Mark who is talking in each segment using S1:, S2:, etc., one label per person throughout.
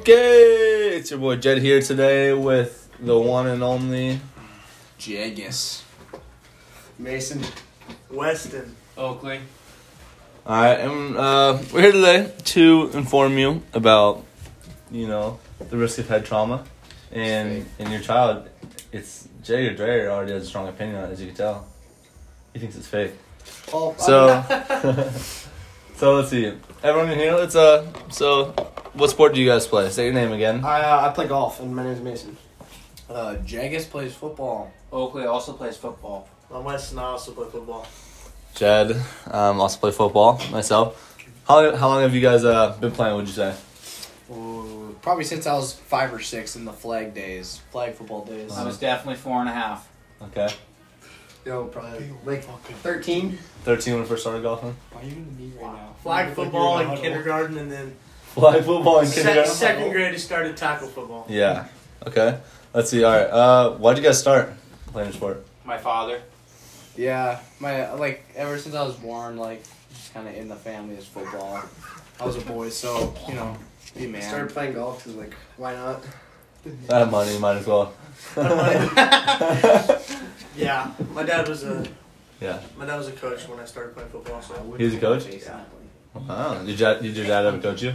S1: Okay, it's your boy Jed here today with the one and only.
S2: Jagus.
S3: Mason.
S4: Weston.
S5: Oakley.
S1: All right, and uh, we're here today to inform you about, you know, the risk of head trauma, and in your child, it's Jay or Dre already has a strong opinion on it, as you can tell. He thinks it's fake.
S3: Oh,
S1: So, so let's see. Everyone in here, let's uh. So, what sport do you guys play? Say your name again.
S3: I, uh, I play golf, and my name's Mason.
S2: Uh, Jagus plays football.
S5: Oakley also plays football.
S4: I'm Weston. I also play football.
S1: Jed, um, also play football. Myself. How how long have you guys uh been playing? Would you say?
S2: Ooh, probably since I was five or six in the flag days, flag football days.
S1: Uh-huh.
S5: I was definitely four and a half.
S1: Okay.
S3: Yo, probably like 13.
S1: 13 when I first started golfing.
S2: Why are you gonna be right now?
S4: Flag football in kindergarten, and then
S1: Flag football in
S4: se-
S1: kindergarten.
S4: second grade I started tackle football.
S1: Yeah. Okay. Let's see. All right. Uh, why'd you guys start playing a sport?
S5: My father.
S2: Yeah, my like ever since I was born, like kind of in the family is football. I was a boy, so you know, be a man.
S3: Started playing golf because like, why not?
S1: I have money. Might as well.
S4: Yeah, my dad was a
S1: Yeah.
S4: my dad was a coach when I started playing football. So
S1: He was a coach?
S2: Yeah.
S1: Wow. Did, you, did your dad ever coach you?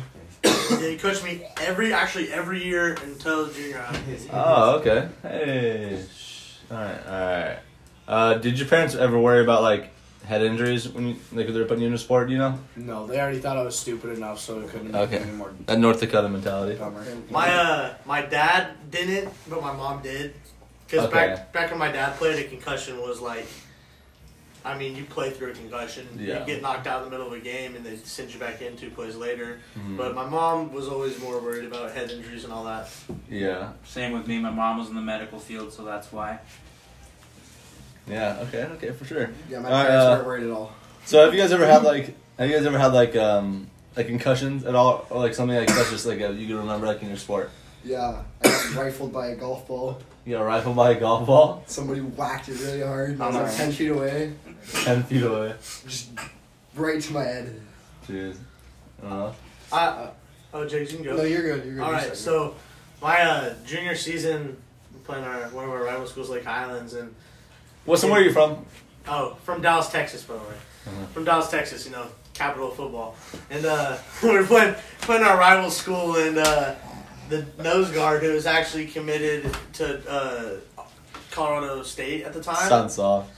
S4: he coached me every actually every year until junior high.
S1: Oh, okay. Hey. Shh. All right. All right. Uh, did your parents ever worry about like head injuries when you, like they were putting you in a sport? You know
S2: No, they already thought I was stupid enough, so it couldn't
S1: Okay.
S2: be any more
S1: that North Dakota mentality.
S2: dumber.
S4: My uh my dad didn't, but my mom did. Because
S1: Okay.
S4: back back when my dad played, a concussion was like. I mean, you play through a concussion.
S1: Yeah.
S4: You get knocked out in the middle of a game, and they send you back in two plays later.
S1: Mhm.
S4: But my mom was always more worried about head injuries and all that.
S1: Yeah.
S5: Same with me. My mom was in the medical field, so that's why.
S1: Yeah. Okay. Okay. For sure.
S3: Yeah, my
S1: All right,
S3: parents
S1: uh,
S3: weren't worried at all.
S1: So have you guys ever had like have you guys ever had like um like concussions at all or like something like that's just like a, you can remember like in your sport?
S3: Yeah, I got rifled by a golf ball.
S1: You got rifled by a golf ball
S3: Somebody whacked it really hard. and I was
S2: I'm
S3: like 10 feet away,
S1: ten feet away.
S3: just right to my head.
S1: Jeez. Uh-huh. I don't know.
S4: I, oh, Jake, you can go.
S3: No, you're good. You're good.
S4: All
S3: You're
S4: right,
S3: second.
S4: so my uh, junior season, we're playing our one of our rival schools, Lake Highlands, and
S1: What's well, where are you from?
S4: oh, from Dallas, Texas, by the way,
S1: Mhm.
S4: from Dallas, Texas, you know, capital of football, and uh, we we're playing playing our rival school, and uh, the nose guard who was actually committed to uh, Colorado State at the time.
S1: Sounds soft.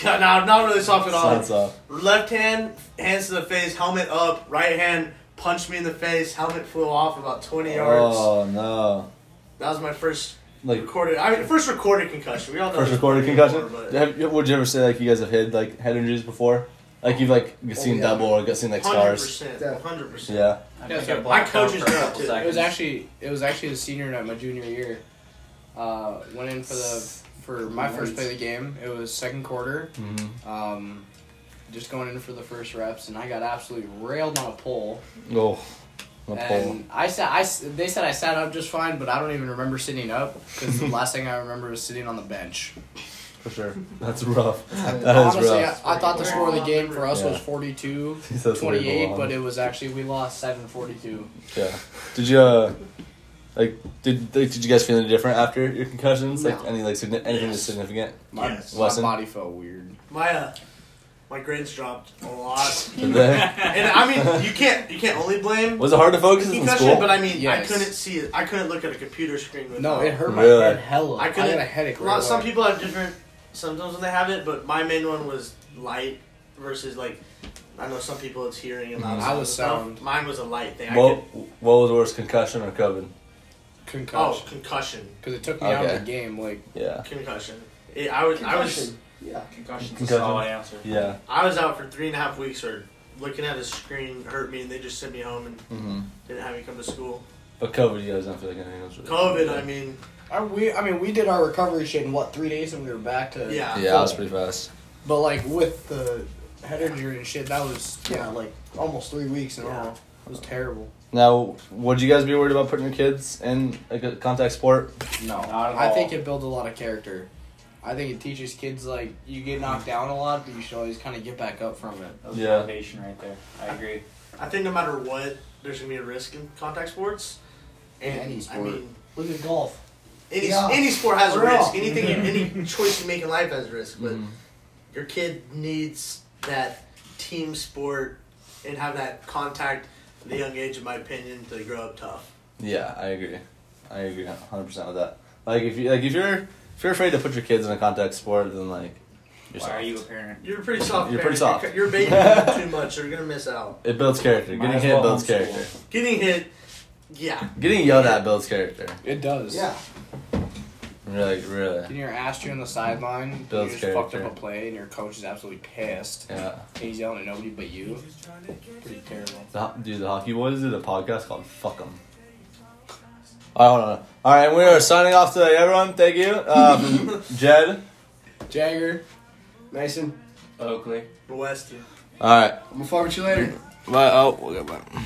S4: Yeah, no, not really soft at all.
S1: Sounds soft.
S4: Left hand, hands to the face, helmet up. Right hand, punched me in the face. Helmet flew off about 20 yards.
S1: Oh no.
S4: That was my first
S1: Like
S4: recorded. I mean, first recorded concussion. We all know
S1: first
S4: there's
S1: recorded
S4: plenty more,
S1: concussion.
S4: but-
S1: Have, you- would you ever say like you guys have had like head injuries before? Like you've like seen
S3: yeah.
S1: double or got seen like scars.
S4: 100%.
S3: Yeah.
S4: 100%.
S1: Yeah.
S5: I
S2: Yeah,
S5: think
S2: so
S5: I
S4: my
S5: blacked out
S4: coaches
S5: for a
S4: know
S5: couple
S4: too. It
S2: It
S5: seconds.
S2: was actually it was actually a senior night my junior year. Uh, went in for the for my first play of the game. It was second quarter.
S1: hmm
S2: Um, just going in for the first reps, and I got absolutely railed on a pole.
S1: Oh. A pole.
S2: and I sat. I s- they said I sat up just fine, but I don't even remember sitting up because the last thing I remember was sitting on the bench.
S1: For sure. That's rough. That is
S2: Honestly,
S1: rough.
S2: I, I thought the score of the game for us
S1: Yeah.
S2: was 42
S1: He says
S2: 28,
S1: label on
S2: but it was actually we lost 742.
S1: yeah. Did you uh, like did like, did you guys feel any different after your concussions? Like
S2: No.
S1: any like signi- anything that's
S4: Yes.
S1: significant?
S2: My,
S4: Yes.
S2: my
S1: Wesson?
S2: body felt weird.
S4: My, uh, my grades dropped a lot.
S1: Did they?
S4: and I mean, you can't you can't only blame
S1: Was it hard to focus in
S4: concussion,
S1: school?
S4: but I mean,
S2: Yes.
S4: I couldn't see it. I couldn't look at a computer screen. With
S2: No, it hurt my
S1: Really?
S2: head hella.
S4: I
S2: I,
S4: couldn't-
S2: got a headache.
S4: A
S2: Right
S4: lot, some
S2: away.
S4: people have different symptoms when they have it, but my main one was light versus like I know some people it's hearing and loud
S2: Mhm.
S4: sounds
S2: I
S4: and
S2: was
S4: stuff.
S2: sound.
S4: Mine was a light thing. I
S1: what
S4: could,
S1: what was worse, concussion or COVID?
S4: oh,
S2: concussion
S4: concussion,
S2: because it took me out
S1: Okay.
S2: of the game. Like
S1: Yeah.
S4: concussion. It- I was I was
S3: Concussion. Yeah.
S5: Concussion's
S1: Concussion.
S5: a solid answer.
S1: Yeah.
S4: I was out for three and a half weeks. Or looking at a screen hurt me, and they just sent me home and
S1: Mm-hmm.
S4: didn't have me come to school.
S1: But COVID, you guys don't feel like anything else. Really
S4: COVID, I mean,
S2: I, we, I mean, we did our recovery shit in what three days, and we were back to
S4: Yeah.
S1: Yeah, I was pretty fast.
S2: But like with the head injury and shit, that was yeah, like almost three weeks in a
S4: Yeah.
S2: row. It was terrible.
S1: Now, would you guys be worried about putting your kids in like a contact sport?
S2: No,
S5: Not at
S2: I
S5: all.
S2: think it builds a lot of character. I think it teaches kids like you get knocked down a lot, but you should always kind of get back up from it.
S5: That was
S1: Yeah.
S5: foundation right there. I agree.
S4: I think no matter what, there's gonna be a risk in contact sports. And,
S3: Any
S4: I
S3: sport.
S4: mean,
S2: Look at golf.
S4: any,
S3: Yeah.
S4: any sport has a
S3: We're
S4: risk.
S3: all-
S4: Anything, any choice you make in life has a risk. But
S1: Mhm.
S4: your kid needs that team sport and have that contact at a young age, in my opinion, to grow up tough.
S1: Yeah, I agree. I agree hundred percent with that. Like if you like if you're if you're afraid to put your kids in a contact sport, then like you're
S5: Why are
S1: soft.
S5: you a parent?
S4: You're pretty soft.
S1: You're
S4: parent.
S1: pretty soft.
S4: You're, you're baiting too much. You're gonna miss out.
S1: It builds character.
S5: Might
S1: Getting
S5: as
S1: hit
S5: well
S1: builds
S5: homeschool.
S1: character.
S4: Getting hit. Yeah.
S1: Getting yelled at builds character.
S2: It does.
S3: Yeah.
S1: Really, really.
S2: Can you asked you on the sideline?
S1: Builds
S2: you just fucked
S1: character.
S2: up a play, and your coach is absolutely pissed.
S1: Yeah.
S2: And he's yelling at nobody but you. Pretty terrible.
S1: The, ho- dude, the Hockey Boys did a podcast called Fuck 'em. All right, hold on. All right, we are signing off today, everyone. Thank you. Um, Jed.
S2: Jagger.
S3: Mason,
S5: Oakley.
S4: Weston.
S1: All right.
S3: I'm gonna fuck with you later.
S1: Bye. Oh, okay, bye.